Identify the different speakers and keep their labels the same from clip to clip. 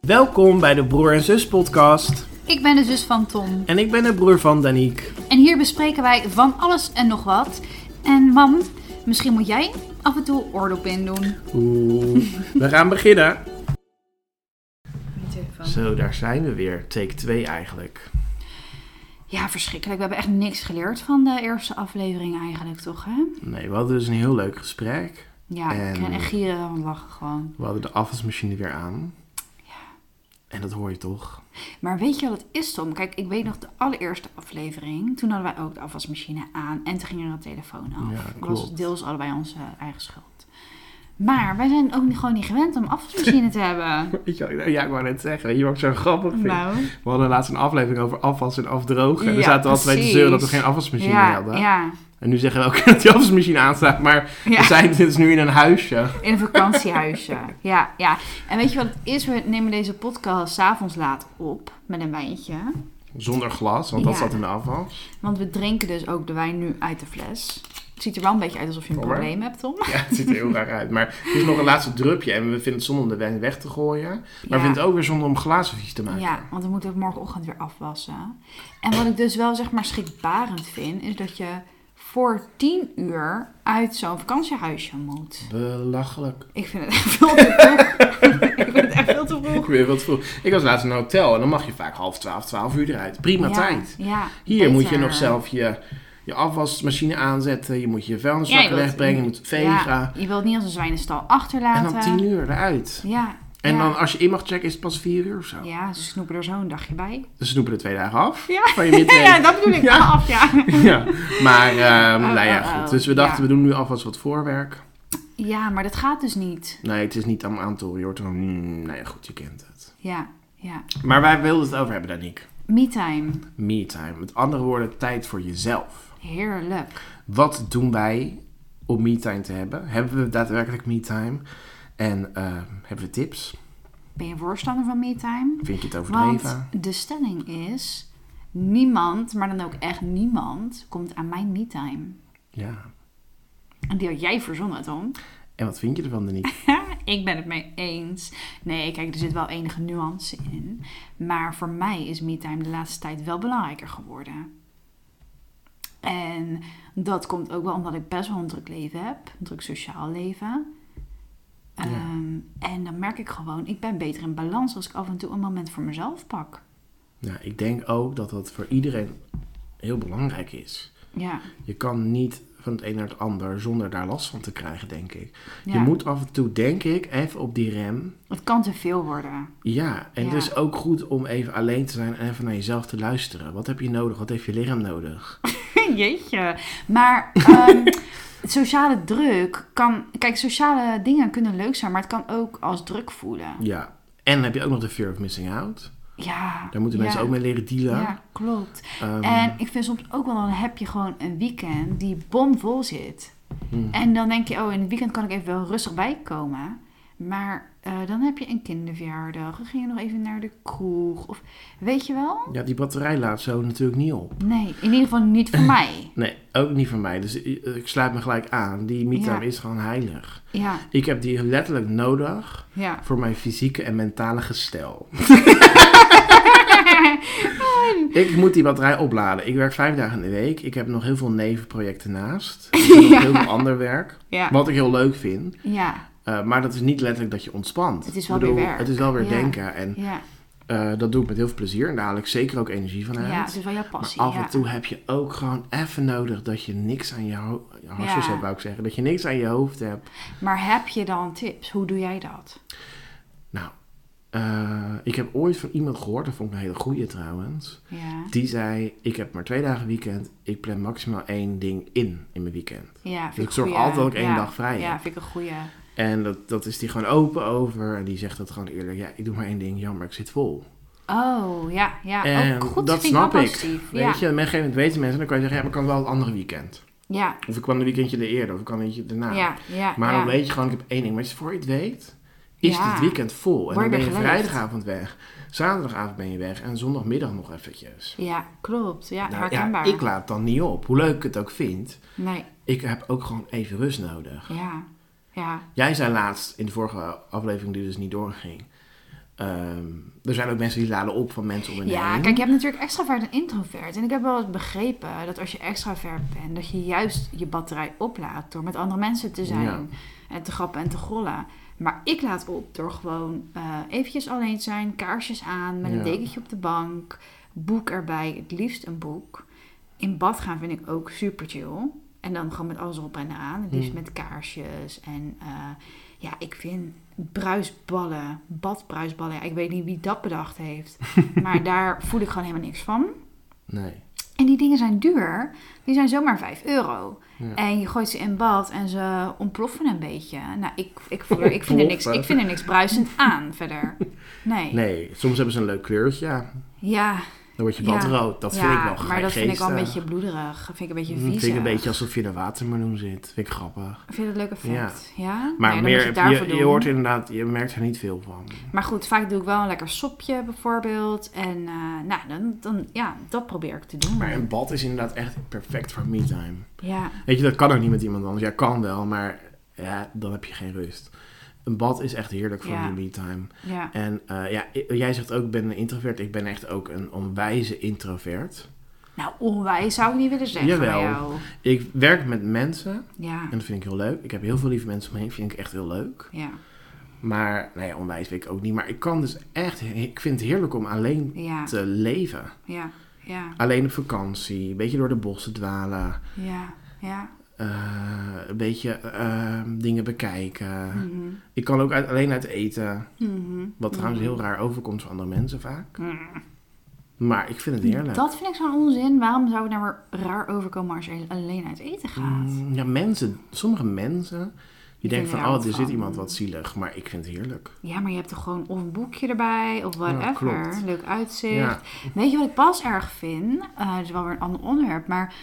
Speaker 1: Welkom bij de Broer en Zus podcast.
Speaker 2: Ik ben de zus van Tom
Speaker 1: En ik ben de broer van Daniek.
Speaker 2: en hier bespreken wij van alles en nog wat. En mam, misschien moet jij af en toe oordop in doen.
Speaker 1: Oeh, we gaan beginnen.
Speaker 2: telefoon.
Speaker 1: Zo, daar zijn we weer. Take 2 eigenlijk.
Speaker 2: Ja, verschrikkelijk. We hebben echt niks geleerd van de eerste aflevering eigenlijk, toch hè?
Speaker 1: Nee, we hadden dus een heel leuk gesprek.
Speaker 2: Ja,
Speaker 1: En-
Speaker 2: ik kan echt gieren van lachen gewoon.
Speaker 1: We hadden de afwasmachine weer aan. En dat hoor je toch?
Speaker 2: Maar weet je wat het is, Tom? Kijk, ik weet nog de allereerste aflevering. Toen hadden wij ook de afwasmachine aan en toen ging er een telefoon af.
Speaker 1: Ja,
Speaker 2: dat Nou, was
Speaker 1: klopt.
Speaker 2: deels allebei onze eigen schuld. Maar wij zijn ook niet- gewoon niet gewend om een afwasmachine te hebben.
Speaker 1: Weet je wat ik- ja, ik wou net zeggen. Weet je wat ik zo grappig vind?
Speaker 2: Nou.
Speaker 1: We hadden laatst een aflevering over afwas en afdrogen. en
Speaker 2: Ja,
Speaker 1: we zaten altijd bij de
Speaker 2: precies.
Speaker 1: zeuren dat we geen afwasmachine meer
Speaker 2: Ja,
Speaker 1: hadden.
Speaker 2: ja,
Speaker 1: En nu zeggen we ook dat die afwasmachine aanstaat. Maar
Speaker 2: Ja.
Speaker 1: we zijn dit is nu in een huisje.
Speaker 2: in een vakantiehuisje. ja, ja. En weet je wat het is? We nemen deze podcast s'avonds laat op met een wijntje.
Speaker 1: Zonder glas, want dat
Speaker 2: Ja.
Speaker 1: zat in de afwas.
Speaker 2: Want we drinken dus ook de wijn nu uit de fles. Het ziet er wel een beetje uit alsof je een
Speaker 1: Kom maar.
Speaker 2: probleem hebt, Tom.
Speaker 1: Ja, het ziet er heel raar uit. Maar het is nog een laatste drupje. En we vinden het zonde om de wijn weg te gooien. Maar we
Speaker 2: Ja.
Speaker 1: vinden het ook weer zonde om glazen vies te maken.
Speaker 2: Ja, want we moeten het morgenochtend weer afwassen. En wat ik dus wel zeg maar schrikbarend vind, is dat je voor tien uur uit zo'n vakantiehuisje moet.
Speaker 1: Belachelijk.
Speaker 2: Ik vind het echt veel te vroeg. ik vind het echt veel te vroeg.
Speaker 1: Ook weer wat vroeg. Ik was laatst in een hotel en dan mag je vaak half twaalf, twaalf uur eruit. Prima
Speaker 2: Ja,
Speaker 1: tijd.
Speaker 2: Ja,
Speaker 1: Hier
Speaker 2: beter.
Speaker 1: moet je nog zelf je, je afwasmachine aanzetten. Je moet je vuilniszakken
Speaker 2: Ja, je wilt-
Speaker 1: wegbrengen. Je moet vegen.
Speaker 2: Ja, je wilt niet als een zwijnenstal
Speaker 1: En
Speaker 2: achterlaten.
Speaker 1: dan tien uur eruit.
Speaker 2: Ja.
Speaker 1: En
Speaker 2: ja.
Speaker 1: dan als je in mag checken is het pas vier uur of zo.
Speaker 2: Ja, ze snoepen er zo een dagje bij.
Speaker 1: Dus ze snoepen er twee dagen af
Speaker 2: Ja.
Speaker 1: van je midweek.
Speaker 2: Ja, dat bedoel ik
Speaker 1: Ja.
Speaker 2: af, ja.
Speaker 1: Ja, maar ehm,
Speaker 2: Oh,
Speaker 1: nou ja,
Speaker 2: oh, oh.
Speaker 1: goed. Dus we dachten,
Speaker 2: Ja.
Speaker 1: we doen nu alvast wat voorwerk.
Speaker 2: Ja, maar dat gaat dus niet.
Speaker 1: Nee, het is niet aan aantal. Je hoort van, mm, nou ja, goed, je kent het.
Speaker 2: Ja, ja.
Speaker 1: Maar wij wilden het over hebben, Daniek.
Speaker 2: Me-time.
Speaker 1: Me-time. Met andere woorden, tijd voor jezelf.
Speaker 2: Heerlijk.
Speaker 1: Wat doen wij om me-time te hebben? Hebben we daadwerkelijk me-time? En ehm, hebben we tips?
Speaker 2: Ben je voorstander van me-time?
Speaker 1: Vind je het overdreven?
Speaker 2: Want de stelling is... Niemand, maar dan ook echt niemand, komt aan mijn me-time.
Speaker 1: Ja.
Speaker 2: En die had jij verzonnen, Tom.
Speaker 1: En wat vind je ervan, Daniek?
Speaker 2: ik ben het mee eens. Nee, kijk, er zit wel enige nuance in. Maar voor mij is me-time de laatste tijd wel belangrijker geworden. En dat komt ook wel omdat ik best wel een druk leven heb. Een druk sociaal leven. Ehm, en dan merk ik gewoon, ik ben beter in balans als ik af en toe een moment voor mezelf pak.
Speaker 1: nou, ik denk ook dat dat voor iedereen heel belangrijk is.
Speaker 2: Ja,
Speaker 1: Je kan niet van het een naar het ander zonder daar last van te krijgen, denk ik. Je
Speaker 2: Ja.
Speaker 1: moet af en toe, denk ik, even op die rem.
Speaker 2: het kan te veel worden.
Speaker 1: Ja, en
Speaker 2: Ja.
Speaker 1: het is ook goed om even alleen te zijn en even naar jezelf te luisteren. Wat heb je nodig? Wat heeft je lichaam nodig?
Speaker 2: Jeetje. Maar ehm, sociale druk kan... Kijk, sociale dingen kunnen leuk zijn, maar het kan ook als druk voelen.
Speaker 1: Ja. En dan heb je ook nog de fear of missing out.
Speaker 2: Ja.
Speaker 1: Daar moeten
Speaker 2: ja,
Speaker 1: mensen ook mee leren dealen.
Speaker 2: Ja, klopt.
Speaker 1: Ehm,
Speaker 2: En ik vind soms ook wel, dan heb je gewoon een weekend die bomvol zit.
Speaker 1: Hmm.
Speaker 2: En dan denk je, oh, in het weekend kan ik even wel rustig bijkomen. Maar eh, dan heb je een kinderverjaardag. Dan ging je nog even naar de kroeg. Of, weet je wel?
Speaker 1: Ja, die batterij laat zo natuurlijk niet op.
Speaker 2: Nee, in ieder geval niet voor mij.
Speaker 1: Nee, ook niet voor mij. Dus i- ik sluit me gelijk aan. Die me-time
Speaker 2: Ja.
Speaker 1: is gewoon heilig.
Speaker 2: Ja,
Speaker 1: Ik heb die letterlijk nodig
Speaker 2: ja.
Speaker 1: voor mijn fysieke en mentale gestel. Ik moet die batterij opladen. Ik werk vijf dagen in de week. Ik heb nog heel veel nevenprojecten naast. Ik heb nog heel veel ander werk.
Speaker 2: Ja.
Speaker 1: Wat ik heel leuk vind.
Speaker 2: Ja,
Speaker 1: Eh, maar dat is niet letterlijk dat je ontspant.
Speaker 2: Het is wel
Speaker 1: Ik bedoel,
Speaker 2: weer werk.
Speaker 1: Het is wel weer
Speaker 2: Ja.
Speaker 1: denken. En
Speaker 2: ja.
Speaker 1: eh, dat doe ik met heel veel plezier. En daar haal ik zeker ook energie van uit.
Speaker 2: Ja, het is wel jouw passie.
Speaker 1: Af
Speaker 2: ja.
Speaker 1: en toe heb je ook gewoon even nodig dat je niks aan je, ho- je harsjes
Speaker 2: Ja.
Speaker 1: hebt, wou ik zeggen. Dat je niks aan je hoofd hebt.
Speaker 2: Maar heb je dan tips? Hoe doe jij dat?
Speaker 1: Nou, eh, ik heb ooit van iemand gehoord, dat vond ik een hele goeie trouwens.
Speaker 2: Ja.
Speaker 1: Die zei, ik heb maar twee dagen weekend. Ik plan maximaal één ding in, in mijn weekend.
Speaker 2: Ja, vind
Speaker 1: Dus ik
Speaker 2: een
Speaker 1: zorg
Speaker 2: goeie.
Speaker 1: altijd dat ik één
Speaker 2: Ja.
Speaker 1: dag vrij
Speaker 2: Ja,
Speaker 1: heb.
Speaker 2: vind ik een goeie.
Speaker 1: En dat, dat is die gewoon open over. En die zegt dat gewoon eerlijk. Ja, ik doe maar één ding. Jammer, ik zit vol.
Speaker 2: Oh, ja, ja.
Speaker 1: en
Speaker 2: ook goed,
Speaker 1: dat
Speaker 2: vind
Speaker 1: snap
Speaker 2: wel
Speaker 1: ik.
Speaker 2: positief.
Speaker 1: Weet
Speaker 2: ja.
Speaker 1: je, op een gegeven moment weten mensen. Dan kan je zeggen, ja, maar ik kan wel het andere weekend.
Speaker 2: Ja,
Speaker 1: Of ik kan een weekendje er eerder. Of ik kan een weekje daarna.
Speaker 2: ja, ja.
Speaker 1: maar
Speaker 2: ja.
Speaker 1: dan weet je gewoon, ik heb één ding. Maar voor je het weet, is
Speaker 2: Ja.
Speaker 1: het weekend vol. En
Speaker 2: Word
Speaker 1: dan
Speaker 2: je
Speaker 1: ben je
Speaker 2: geleefd.
Speaker 1: vrijdagavond weg. Zaterdagavond ben je weg. En zondagmiddag nog eventjes.
Speaker 2: Ja, klopt. Ja,
Speaker 1: Nou, ja,
Speaker 2: herkenbaar.
Speaker 1: ik laat het dan niet op. Hoe leuk ik het ook vind.
Speaker 2: Nee,
Speaker 1: Ik heb ook gewoon even rust nodig.
Speaker 2: ja. Ja,
Speaker 1: Jij zei laatst in de vorige aflevering die dus niet doorging. Ehm, er zijn ook mensen die laden op van mensen om hen
Speaker 2: Ja,
Speaker 1: heen.
Speaker 2: kijk, je hebt natuurlijk extravert en introvert. En ik heb wel eens begrepen dat als je extravert bent, dat je juist je batterij oplaat door met andere mensen te zijn.
Speaker 1: Ja.
Speaker 2: En te grappen en te grollen. Maar ik laat op door gewoon eh, eventjes alleen te zijn, kaarsjes aan, met een
Speaker 1: Ja.
Speaker 2: dekentje op de bank, boek erbij, het liefst een boek. In bad gaan vind ik ook super chill. En dan gewoon met alles op en aan, het liefst
Speaker 1: Hmm.
Speaker 2: met kaarsjes. En eh, ja, ik vind bruisballen, badbruisballen, ja, ik weet niet wie dat bedacht heeft. Maar daar voel ik gewoon helemaal niks van.
Speaker 1: Nee.
Speaker 2: En die dingen zijn duur. Die zijn zomaar 5 euro.
Speaker 1: Ja.
Speaker 2: En je gooit ze in bad en ze ontploffen een beetje. Nou, ik, ik, voel er, ik, vind, er niks, ik vind er niks bruisend aan verder. Nee.
Speaker 1: Nee, soms hebben ze een leuk kleurtje. Ja,
Speaker 2: Ja,
Speaker 1: dan word je
Speaker 2: Ja.
Speaker 1: badrood. Dat
Speaker 2: ja,
Speaker 1: vind ik wel
Speaker 2: maar dat vind ik wel een
Speaker 1: geestig.
Speaker 2: beetje bloederig. Dat vind ik een beetje
Speaker 1: Hm,
Speaker 2: vies.
Speaker 1: Vind ik een beetje alsof je in een watermeloen zit. Vind ik grappig.
Speaker 2: Vind je dat leuk effect? Ja.
Speaker 1: Maar
Speaker 2: Nee, dan moet
Speaker 1: meer,
Speaker 2: je het daarvoor
Speaker 1: je, je
Speaker 2: doen.
Speaker 1: hoort inderdaad, je merkt er niet veel van.
Speaker 2: Maar goed, vaak doe ik wel een lekker sopje bijvoorbeeld. En eh, nou, dan, dan, ja, dat probeer ik te doen.
Speaker 1: Maar een bad is inderdaad echt perfect voor me-time.
Speaker 2: Ja,
Speaker 1: Weet je, dat kan ook niet met iemand anders. Ja, kan wel, maar ja, dan heb je geen rust. Een bad is echt heerlijk voor
Speaker 2: Ja.
Speaker 1: je me-time.
Speaker 2: ja.
Speaker 1: En eh, ja, i- jij zegt ook, ik ben een introvert. Ik ben echt ook een onwijze introvert.
Speaker 2: Nou, onwijs zou ik niet willen zeggen
Speaker 1: Jawel.
Speaker 2: bij jou.
Speaker 1: Ik werk met mensen en
Speaker 2: Ja,
Speaker 1: dat vind ik heel leuk. Ik heb heel veel lieve mensen om me heen, vind ik echt heel leuk.
Speaker 2: ja,
Speaker 1: Maar, nee, onwijs weet ik ook niet. Maar ik kan dus echt, ik vind het heerlijk om alleen
Speaker 2: ja,
Speaker 1: te leven.
Speaker 2: ja, ja,
Speaker 1: Alleen op vakantie, een beetje door de bossen dwalen.
Speaker 2: ja, ja.
Speaker 1: eh, een beetje eh, dingen bekijken.
Speaker 2: mhm,
Speaker 1: Ik kan ook uit, alleen uit eten.
Speaker 2: mhm,
Speaker 1: Wat trouwens
Speaker 2: mhm.
Speaker 1: heel raar overkomt voor andere mensen vaak.
Speaker 2: Mm.
Speaker 1: Maar ik vind het heerlijk.
Speaker 2: Dat vind ik zo'n onzin. Waarom zou het nou weer raar overkomen als je alleen uit eten gaat?
Speaker 1: Mm, ja, mensen. Sommige mensen die
Speaker 2: Ik
Speaker 1: denken
Speaker 2: vind
Speaker 1: van,
Speaker 2: er
Speaker 1: oh,
Speaker 2: wat
Speaker 1: er
Speaker 2: van.
Speaker 1: zit iemand wat zielig. Maar ik vind het heerlijk.
Speaker 2: Ja, maar je hebt toch gewoon of een boekje erbij of whatever.
Speaker 1: klopt.
Speaker 2: Leuk uitzicht.
Speaker 1: Ja,
Speaker 2: Weet je wat ik pas erg vind? Eh het is wel weer een ander onderwerp, maar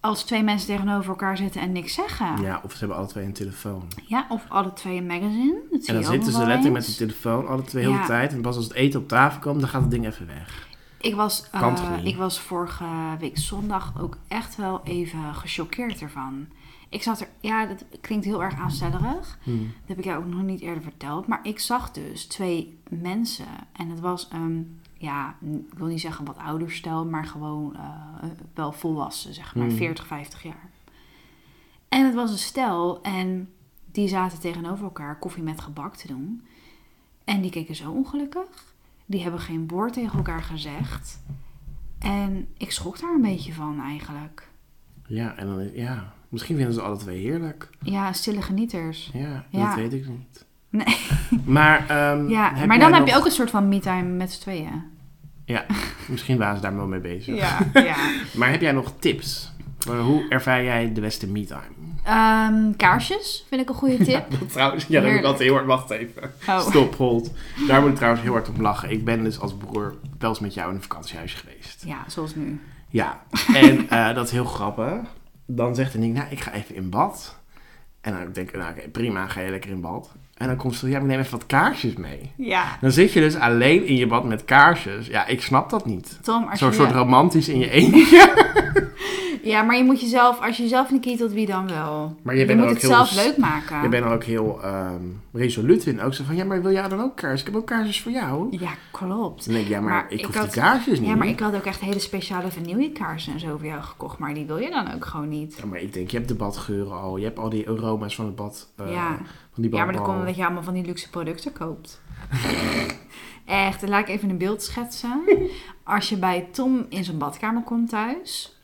Speaker 2: als twee mensen tegenover elkaar zitten en niks zeggen. Ja,
Speaker 1: ja, of ze hebben alle twee een telefoon.
Speaker 2: of alle twee een magazine. Dat zie
Speaker 1: en dan
Speaker 2: je ook
Speaker 1: zitten
Speaker 2: nog
Speaker 1: ze
Speaker 2: wel
Speaker 1: letterlijk met
Speaker 2: eens.
Speaker 1: die telefoon alle twee heel
Speaker 2: Ja.
Speaker 1: de tijd. En pas als het eten op tafel komt, dan gaat het ding even weg.
Speaker 2: Ik was, eh,
Speaker 1: Kan toch niet?
Speaker 2: ik was vorige week zondag ook echt wel even gechoqueerd ervan. Ik zat er, ja, dat klinkt heel erg aanstellerig.
Speaker 1: Hmm.
Speaker 2: Dat heb ik jou ook nog niet eerder verteld. Maar ik zag dus twee mensen. En het was, een, ja, n- ik wil niet zeggen wat ouder stel, maar gewoon eh, wel volwassen, zeg maar,
Speaker 1: Hmm.
Speaker 2: 40, 50 jaar. En het was een stel en die zaten tegenover elkaar koffie met gebak te doen. En die keken zo ongelukkig. Die hebben geen woord tegen elkaar gezegd. En ik schrok daar een beetje van eigenlijk.
Speaker 1: Ja, en dan is, ja. Misschien vinden ze alle twee heerlijk.
Speaker 2: Ja, stille genieters.
Speaker 1: Ja,
Speaker 2: Ja.
Speaker 1: dat weet ik niet.
Speaker 2: Nee.
Speaker 1: Maar, ehm,
Speaker 2: Ja,
Speaker 1: heb
Speaker 2: maar dan
Speaker 1: jij
Speaker 2: heb je
Speaker 1: nog-
Speaker 2: ook een soort van me-time met z'n tweeën.
Speaker 1: Ja, misschien waren ze daar wel mee bezig.
Speaker 2: ja.
Speaker 1: Maar heb jij nog tips? Uh, hoe ervaar jij de beste me-time?
Speaker 2: Ehm, kaarsjes vind ik een goede tip.
Speaker 1: Dat trouwens, ja, daar moet ik
Speaker 2: Heerlijk.
Speaker 1: altijd heel hard... Wacht even.
Speaker 2: Oh.
Speaker 1: Stop, hold. Daar moet ik trouwens heel hard op lachen. Ik ben dus als broer wel eens met jou in een vakantiehuisje geweest.
Speaker 2: Ja, zoals nu.
Speaker 1: Ja, en eh, dat is heel grappig. Dan zegt Nick, nou, ik ga even in bad. En dan denk ik, nou, oké, prima, ga je lekker in bad. En dan komt ze, ja, ik neem even wat kaarsjes mee.
Speaker 2: Ja.
Speaker 1: Dan zit je dus alleen in je bad met kaarsjes. Ja, ik snap dat niet.
Speaker 2: Tom, als
Speaker 1: Zo'n
Speaker 2: je...
Speaker 1: soort romantisch in je eentje.
Speaker 2: Ja, maar je moet jezelf, als je jezelf niet kietelt, wie dan wel?
Speaker 1: Maar je bent
Speaker 2: moet
Speaker 1: ook
Speaker 2: het
Speaker 1: heel
Speaker 2: zelf
Speaker 1: s-
Speaker 2: leuk maken.
Speaker 1: Je bent er ook heel ehm, resoluut in. Ook zo van, ja, maar wil jij dan ook kaarsjes? Ik heb ook kaarsjes voor jou.
Speaker 2: Ja, klopt.
Speaker 1: Dan denk ik, ja, maar,
Speaker 2: Maar
Speaker 1: ik
Speaker 2: ik
Speaker 1: hoef
Speaker 2: had-
Speaker 1: die kaarsjes niet.
Speaker 2: Ja, maar ik had ook echt hele speciale vanillekaarsen en zo voor jou gekocht, maar die wil je dan ook gewoon niet.
Speaker 1: Ja, maar ik denk, je hebt de badgeuren al. Je hebt al die aroma's van het bad. eh,
Speaker 2: ja.
Speaker 1: van die
Speaker 2: ja, maar dan
Speaker 1: badbal.
Speaker 2: komt omdat je allemaal van die luxe producten koopt. Echt, laat ik even een beeld schetsen. Als je bij Tom in zijn badkamer komt thuis,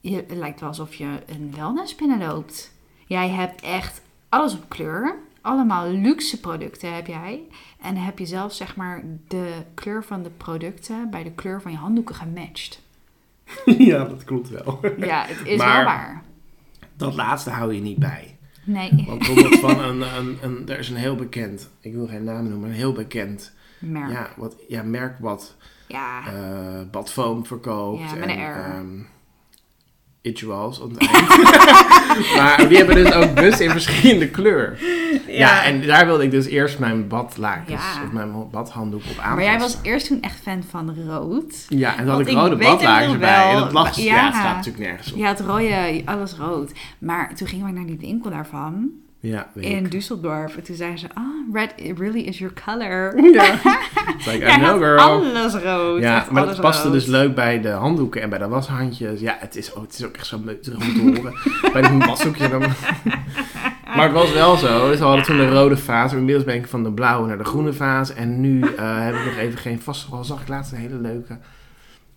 Speaker 2: je, het lijkt wel alsof je een wellness binnenloopt. Jij hebt echt alles op kleur. Allemaal luxe producten heb jij. En dan heb je zelf zeg maar de kleur van de producten bij de kleur van je handdoeken gematcht.
Speaker 1: ja, dat klopt wel.
Speaker 2: Ja, het is
Speaker 1: Maar-
Speaker 2: wel waar.
Speaker 1: Dat laatste hou je niet bij.
Speaker 2: Nee,
Speaker 1: Want bijvoorbeeld van een, een, een... Er is een heel bekend... Ik wil geen naam noemen, maar een heel bekend...
Speaker 2: merk. Ja,
Speaker 1: Ja, wat, ja merk wat
Speaker 2: ja.
Speaker 1: eh badfoam verkoopt.
Speaker 2: Ja, met een R.
Speaker 1: ehm, Rituals aan het eind. maar die hebben dus ook bus in verschillende kleur. Ja. en daar wilde ik dus eerst mijn badlakens
Speaker 2: Ja.
Speaker 1: of mijn badhanddoek op aanpassen.
Speaker 2: maar jij was eerst toen echt fan van rood.
Speaker 1: Ja, en dan had
Speaker 2: Want
Speaker 1: ik
Speaker 2: ik
Speaker 1: rode
Speaker 2: weet het
Speaker 1: badlakens
Speaker 2: nog
Speaker 1: erbij.
Speaker 2: wel,
Speaker 1: En dat lag,
Speaker 2: maar-
Speaker 1: ja.
Speaker 2: ja.
Speaker 1: het staat natuurlijk nergens op.
Speaker 2: Ja, het rode, alles rood. Maar toen gingen wij naar die winkel daarvan.
Speaker 1: Ja, weet
Speaker 2: in
Speaker 1: ik.
Speaker 2: Düsseldorf. En toen zei ze, ah, red it really is your color.
Speaker 1: Ja. It's like, I
Speaker 2: Jij
Speaker 1: know,
Speaker 2: had
Speaker 1: girl.
Speaker 2: alles rood.
Speaker 1: ja,
Speaker 2: echt
Speaker 1: maar dat
Speaker 2: alles
Speaker 1: paste
Speaker 2: rood.
Speaker 1: dus leuk bij de handdoeken en bij de washandjes. Ja, het is, oh, het is ook echt zo meuterig om te horen. bij een washoekje. Dan... maar het was wel zo. Dus we hadden toen de rode fase. Inmiddels ben ik van de blauwe naar de groene fase. En nu eh, heb ik nog even geen vast. Al zag ik laatst een hele leuke.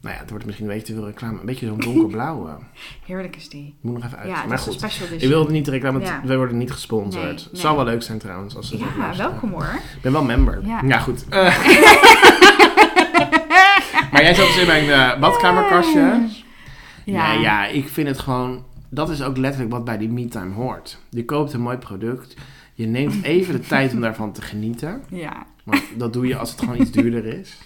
Speaker 1: Nou ja, het wordt misschien een beetje te veel reclame. Een beetje zo'n donkerblauwe.
Speaker 2: Heerlijk is die.
Speaker 1: Ik moet nog even uit.
Speaker 2: Ja, het
Speaker 1: maar
Speaker 2: is een
Speaker 1: goed.
Speaker 2: special edition.
Speaker 1: Ik wil het niet reclame, want
Speaker 2: Ja.
Speaker 1: wij worden niet gesponsord.
Speaker 2: Nee,
Speaker 1: Het
Speaker 2: nee.
Speaker 1: zou wel leuk zijn trouwens. Als ze dat
Speaker 2: Ja,
Speaker 1: luisteren.
Speaker 2: welkom hoor.
Speaker 1: Ik ben wel member.
Speaker 2: Ja.
Speaker 1: Ja, goed. Eh. maar jij zat dus in mijn eh, badkamerkastje. Ja. Nee, ja, ik vind het gewoon... Dat is ook letterlijk wat bij die me-time hoort. Je koopt een mooi product. Je neemt even de tijd om daarvan te genieten.
Speaker 2: Ja.
Speaker 1: Want dat doe je als het gewoon iets duurder is.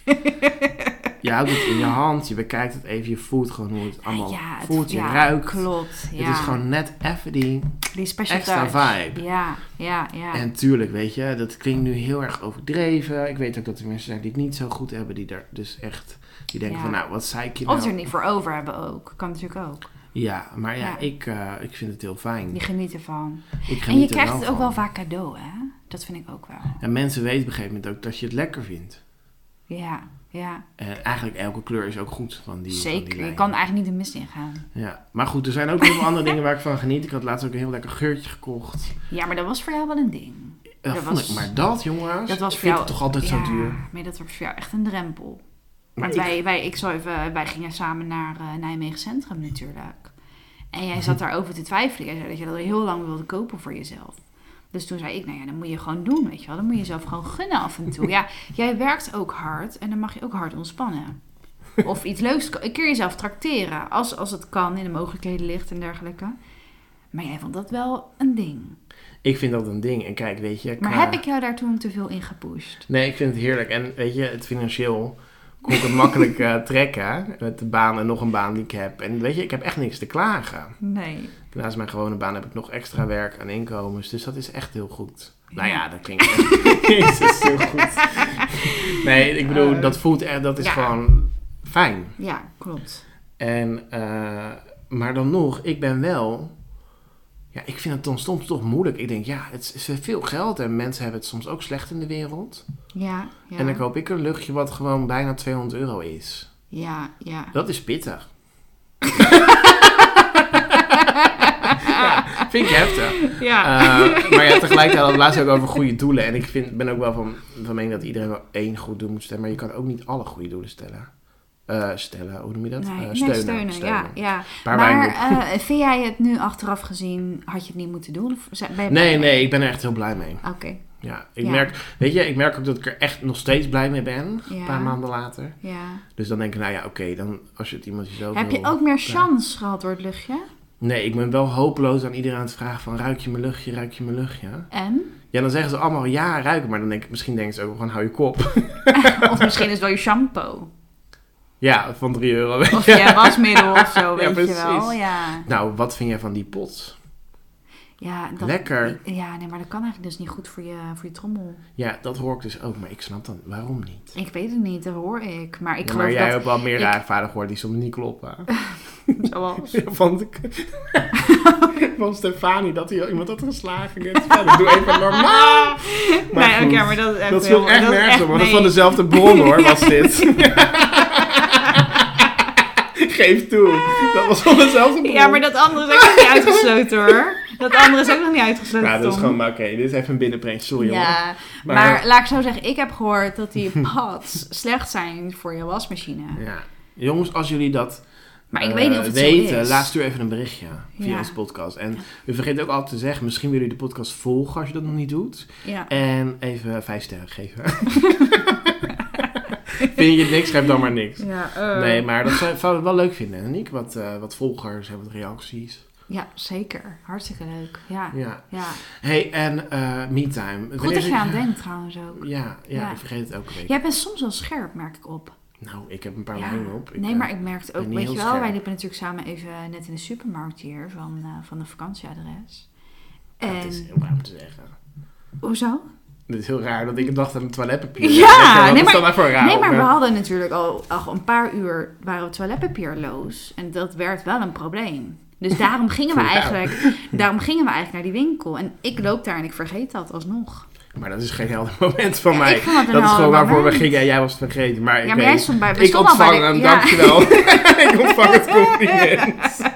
Speaker 1: Je houdt het in je hand. Je bekijkt het even. Je voelt gewoon hoe het allemaal
Speaker 2: Ja, het-
Speaker 1: voelt. Je
Speaker 2: ja,
Speaker 1: ruikt.
Speaker 2: Klopt. Ja.
Speaker 1: Het is gewoon net even die
Speaker 2: die special
Speaker 1: extra
Speaker 2: touch.
Speaker 1: vibe.
Speaker 2: Ja, ja, ja.
Speaker 1: En tuurlijk, weet je, dat klinkt nu heel erg overdreven. Ik weet ook dat er mensen zijn die het niet zo goed hebben, die daar dus echt, die denken
Speaker 2: Ja.
Speaker 1: van, nou, wat zei ik je
Speaker 2: Of
Speaker 1: nou?
Speaker 2: ze er niet voor over hebben ook. Kan natuurlijk ook.
Speaker 1: Ja, maar ja,
Speaker 2: Ja.
Speaker 1: Ik, eh, ik vind het heel fijn.
Speaker 2: Die genieten van.
Speaker 1: Ik
Speaker 2: En je
Speaker 1: geniet er
Speaker 2: krijgt het ook
Speaker 1: van.
Speaker 2: wel vaak cadeau, hè? Dat vind ik ook wel.
Speaker 1: En mensen weten op een gegeven moment ook dat je het lekker vindt.
Speaker 2: Ja, ja.
Speaker 1: En eigenlijk elke kleur is ook goed van die van die
Speaker 2: Zeker. Je
Speaker 1: lijn.
Speaker 2: kan eigenlijk niet de mist ingaan.
Speaker 1: Ja, maar goed, er zijn ook heel veel andere dingen waar ik van geniet. Ik had laatst ook een heel lekker geurtje gekocht.
Speaker 2: Ja, maar dat was voor jou wel een ding.
Speaker 1: Dat
Speaker 2: Dat
Speaker 1: vond
Speaker 2: was-
Speaker 1: ik, maar dat, jongens,
Speaker 2: Dat was voor
Speaker 1: vind
Speaker 2: jou
Speaker 1: ik toch altijd
Speaker 2: ja,
Speaker 1: zo duur.
Speaker 2: Maar dat was voor jou echt een drempel.
Speaker 1: Maar
Speaker 2: Want
Speaker 1: ik-
Speaker 2: wij, wij, ik zal even, wij gingen samen naar eh, Nijmegen Centrum natuurlijk. En jij zat daarover te twijfelen. Jij zei dat je dat al heel lang wilde kopen voor jezelf. Dus toen zei ik, nou ja, dat moet je gewoon doen, weet je wel. Dan moet je jezelf gewoon gunnen af en toe. Ja, jij werkt ook hard en dan mag je ook hard ontspannen. Of iets leuks, ko- een keer jezelf tracteren. Als, als het kan, in de mogelijkheden ligt en dergelijke. Maar jij vond dat wel een ding.
Speaker 1: Ik vind dat een ding. En kijk, weet je...
Speaker 2: Maar
Speaker 1: qua-
Speaker 2: heb ik jou daar toen te veel in gepusht?
Speaker 1: Nee, ik vind het heerlijk. En weet je, het financieel kon ik het makkelijk eh, trekken. Met de baan en nog een baan die ik heb. En weet je, ik heb echt niks te klagen.
Speaker 2: Nee.
Speaker 1: Naast mijn gewone baan heb ik nog extra werk en inkomens. Dus dat is echt heel goed. Nou
Speaker 2: Ja.
Speaker 1: ja, dat klinkt echt... Jezus, heel goed. Nee, ik bedoel,
Speaker 2: Eh,
Speaker 1: dat voelt echt... Dat is
Speaker 2: ja.
Speaker 1: gewoon fijn.
Speaker 2: Ja, klopt.
Speaker 1: En, eh, maar dan nog, ik ben wel... Ja, ik vind het dan soms toch moeilijk. Ik denk, ja, het is veel geld en mensen hebben het soms ook slecht in de wereld.
Speaker 2: Ja, ja.
Speaker 1: En dan koop ik een luchtje wat gewoon bijna 200 euro is.
Speaker 2: Ja, ja.
Speaker 1: Dat is pittig. ja, vind ik heftig.
Speaker 2: Ja.
Speaker 1: Eh, maar ja, tegelijkertijd hadden we laatst ook over goede doelen. En ik vind, ben ook wel van, van mening dat iedereen wel één goed doel moet stellen. Maar je kan ook niet alle goede doelen stellen. Eh, stellen, hoe noem je dat?
Speaker 2: nee,
Speaker 1: Eh,
Speaker 2: nee, steunen, Ja, ja.
Speaker 1: Paar
Speaker 2: maar
Speaker 1: wijndoek.
Speaker 2: eh, vind jij het nu achteraf gezien, had je het niet moeten doen? Of ze- ben je-
Speaker 1: Nee, nee, ik ben er echt heel blij mee.
Speaker 2: Oké,
Speaker 1: Ja, ik
Speaker 2: Ja.
Speaker 1: merk, weet je, ik merk ook dat ik er echt nog steeds blij mee ben.
Speaker 2: Ja.
Speaker 1: Een paar maanden later.
Speaker 2: ja.
Speaker 1: Dus dan denk ik, nou ja, oké, dan als je het iemand jezelf
Speaker 2: Heb je
Speaker 1: wil-
Speaker 2: ook meer chance gehad door het luchtje?
Speaker 1: Nee, ik ben wel hopeloos aan iedereen aan het vragen van ruik je mijn luchtje, ruik je mijn luchtje.
Speaker 2: En?
Speaker 1: Ja, dan zeggen ze allemaal ja, ruiken. Maar dan denk ik, misschien denken ze ook gewoon hou je kop.
Speaker 2: Of misschien is het wel je shampoo.
Speaker 1: ja, van 3 euro.
Speaker 2: Of je wasmiddel of zo,
Speaker 1: Ja,
Speaker 2: weet je
Speaker 1: precies.
Speaker 2: wel. Ja,
Speaker 1: Nou, wat vind jij van die pot?
Speaker 2: ja dat,
Speaker 1: Lekker.
Speaker 2: Ja, nee, maar dat kan eigenlijk dus niet goed voor je, voor je trommel.
Speaker 1: Ja, dat hoor ik dus ook, maar ik snap dan waarom niet.
Speaker 2: Ik weet het niet, dat hoor ik. Maar ik
Speaker 1: Ja,
Speaker 2: geloof
Speaker 1: maar jij
Speaker 2: dat...
Speaker 1: hebt wel meer
Speaker 2: ik-
Speaker 1: rare vader gehoord die soms niet kloppen.
Speaker 2: Zoals...
Speaker 1: Van, van Stefanie, dat hij iemand had geslagen. Ik denk, ja, dat doe even normaal.
Speaker 2: nee, oké,
Speaker 1: goed,
Speaker 2: maar dat is echt...
Speaker 1: dat viel
Speaker 2: heel-
Speaker 1: echt
Speaker 2: is
Speaker 1: nergens op, want dat is van
Speaker 2: nee.
Speaker 1: dezelfde bron hoor, was dit. Geef toe, dat was van dezelfde bron.
Speaker 2: Ja, maar dat andere is ook nog niet uitgesloten hoor. Dat andere is ook nog niet uitgesloten.
Speaker 1: Nou, dat is
Speaker 2: Tom.
Speaker 1: gewoon, maar oké, dit is even een binnenprentje, sorry hoor.
Speaker 2: Ja, maar,
Speaker 1: Maar-
Speaker 2: laat ik zo zeggen, ik heb gehoord dat die pads slecht zijn voor je wasmachine.
Speaker 1: Ja. Jongens, als jullie dat
Speaker 2: Maar ik
Speaker 1: eh,
Speaker 2: weet niet of het
Speaker 1: weten,
Speaker 2: zo is.
Speaker 1: laat stuur even een berichtje via
Speaker 2: Ja.
Speaker 1: onze podcast. En we vergeten ook altijd te zeggen, misschien willen jullie de podcast volgen als je dat nog niet doet.
Speaker 2: Ja.
Speaker 1: En even vijf sterren geven. Vind je het niks, schrijf dan maar niks.
Speaker 2: Ja, eh,
Speaker 1: Nee, maar dat zou, zou ik wel leuk vinden, hè, Niek? Wat, eh, wat volgers en wat reacties.
Speaker 2: ja, zeker. Hartstikke leuk. Ja, ja.
Speaker 1: Ja. hey, en eh MeTime.
Speaker 2: Goed dat je aan
Speaker 1: denkt.
Speaker 2: denkt trouwens ook.
Speaker 1: Ja, ja,
Speaker 2: Ja.
Speaker 1: ik vergeet het elke week.
Speaker 2: Jij bent soms wel scherp, merk ik op.
Speaker 1: Nou, ik heb een paar
Speaker 2: Ja.
Speaker 1: lijnen op. Ik,
Speaker 2: nee,
Speaker 1: eh,
Speaker 2: maar ik merkte ook,
Speaker 1: ben niet
Speaker 2: weet je
Speaker 1: heel
Speaker 2: wel,
Speaker 1: scherp.
Speaker 2: wij liepen natuurlijk samen even net in de supermarkt hier van, eh, van de vakantieadres. En,
Speaker 1: ja, Het
Speaker 2: ehm,
Speaker 1: is heel raar om te zeggen.
Speaker 2: hoezo?
Speaker 1: Het is heel raar dat ik dacht aan het toiletpapier.
Speaker 2: Ja, nee,
Speaker 1: dat is
Speaker 2: maar-
Speaker 1: dan even raar.
Speaker 2: nee, maar we
Speaker 1: opmerking?
Speaker 2: hadden natuurlijk al, al een paar uur waren we toiletpapierloos. En dat werd wel een probleem. Dus daarom gingen we
Speaker 1: Voor jou.
Speaker 2: eigenlijk, daarom gingen we eigenlijk naar die winkel. En ik loop daar en ik vergeet dat alsnog.
Speaker 1: Maar dat is geen helder moment van
Speaker 2: Ja,
Speaker 1: mij.
Speaker 2: ik vond het een
Speaker 1: dat is gewoon
Speaker 2: helder
Speaker 1: waarvoor we
Speaker 2: moment.
Speaker 1: gingen en jij was het vergeten. Maar,
Speaker 2: ja,
Speaker 1: ik,
Speaker 2: maar
Speaker 1: weet-
Speaker 2: jij stond bij, we
Speaker 1: ik
Speaker 2: stonden al bij
Speaker 1: ontvang hem,
Speaker 2: de- ja.
Speaker 1: dankjewel. ik ontvang het compliment.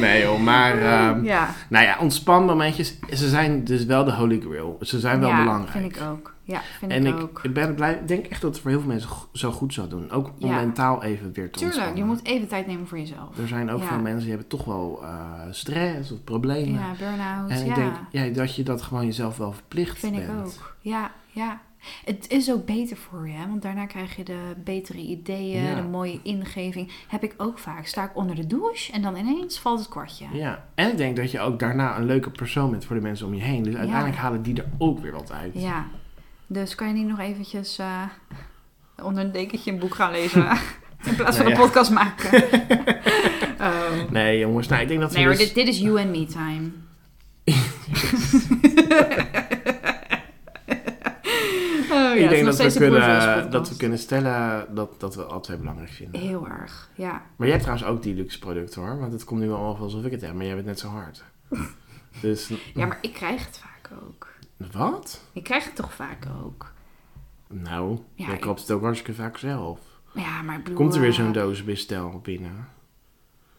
Speaker 1: nee joh, maar... ehm,
Speaker 2: Oh, Ja,
Speaker 1: Nou ja, ontspanmomentjes, ze zijn dus wel de holy grail. Ze zijn wel
Speaker 2: ja,
Speaker 1: belangrijk.
Speaker 2: vind ik ook. Ja, vind
Speaker 1: en
Speaker 2: ik,
Speaker 1: ik,
Speaker 2: ook.
Speaker 1: ik ben blij, ik denk echt dat het voor heel veel mensen go- zo goed zou doen. Ook om
Speaker 2: Ja.
Speaker 1: mentaal even weer te
Speaker 2: Tuurlijk, je
Speaker 1: ontspannen.
Speaker 2: moet even tijd nemen voor jezelf.
Speaker 1: Er zijn ook
Speaker 2: Ja.
Speaker 1: veel mensen die hebben toch wel eh, stress of problemen.
Speaker 2: Ja, burn-out,
Speaker 1: en ik
Speaker 2: ja.
Speaker 1: denk ja, dat je dat gewoon jezelf wel verplicht
Speaker 2: Vind
Speaker 1: bent.
Speaker 2: ik ook. Ja, ja. Het is ook beter voor je, hè? want daarna krijg je de betere ideeën,
Speaker 1: Ja.
Speaker 2: de mooie ingeving. Heb ik ook vaak. Sta ik onder de douche en dan ineens valt het kwartje.
Speaker 1: Ja, en ik denk dat je ook daarna een leuke persoon bent voor de mensen om je heen. Dus uiteindelijk halen die er ook weer wat uit.
Speaker 2: Ja. Dus kan je niet nog eventjes eh, onder een dekentje een boek gaan lezen? In plaats
Speaker 1: Nou
Speaker 2: van een
Speaker 1: ja.
Speaker 2: podcast maken. Oh.
Speaker 1: Nee jongens, nou ik denk dat we
Speaker 2: Nee hoor,
Speaker 1: dus-
Speaker 2: dit, dit is you and me time. Oh,
Speaker 1: ik
Speaker 2: ja, het is
Speaker 1: denk
Speaker 2: nog
Speaker 1: dat we,
Speaker 2: steeds een bourgeois
Speaker 1: kunnen, eh,
Speaker 2: podcast.
Speaker 1: dat we kunnen stellen dat, dat we alle twee belangrijk vinden.
Speaker 2: Heel erg, ja.
Speaker 1: Maar jij hebt trouwens ook die luxe producten hoor. Want het komt nu wel allemaal alsof ik het heb. Maar jij bent net zo hard. Dus,
Speaker 2: Ja, maar ik krijg het vaak ook.
Speaker 1: wat?
Speaker 2: Ik krijg het toch vaak ook.
Speaker 1: Nou,
Speaker 2: Ja,
Speaker 1: jij
Speaker 2: ik-
Speaker 1: koopt het ook hartstikke vaak zelf.
Speaker 2: Ja, maar ik bedoel...
Speaker 1: Komt er weer
Speaker 2: eh,
Speaker 1: zo'n doosbestel binnen?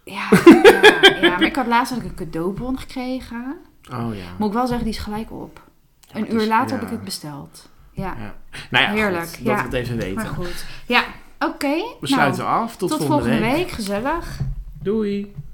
Speaker 2: Ja, ja, ja, maar ik had laatst had ik een cadeaubon gekregen.
Speaker 1: Oh ja.
Speaker 2: Moet ik wel zeggen, die is gelijk op.
Speaker 1: Ja,
Speaker 2: Een
Speaker 1: het
Speaker 2: uur
Speaker 1: is-
Speaker 2: later
Speaker 1: ja.
Speaker 2: heb ik het besteld. Ja,
Speaker 1: Ja. Nou ja,
Speaker 2: Heerlijk,
Speaker 1: Heerlijk, dat
Speaker 2: ja.
Speaker 1: we het even weten.
Speaker 2: maar goed. Ja, oké.
Speaker 1: We
Speaker 2: nou,
Speaker 1: sluiten af. Tot,
Speaker 2: tot volgende week. Gezellig.
Speaker 1: Doei.